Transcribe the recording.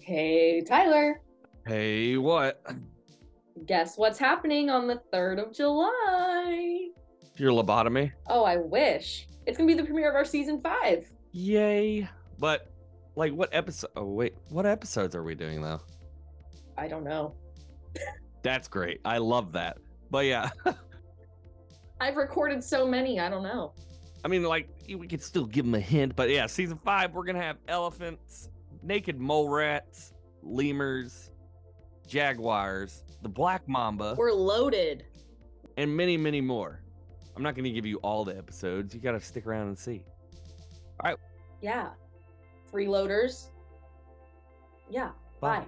Hey, Tyler. Hey, what? Guess what's happening on the 3rd of July? Your lobotomy? Oh, I wish. It's going to be the premiere of our season five. Yay. But, like, what episode? Oh, wait. What episodes are we doing, though? I don't know. That's great. I love that. But yeah, I've recorded so many. I don't know. I mean, like, we could still give them a hint. But yeah, season five, we're going to have elephants, naked mole rats, lemurs, jaguars, the black mamba, We're loaded. and many, many more. I'm not going to give you all the episodes. You got to stick around and see. Yeah. Freeloaders. Yeah. Bye.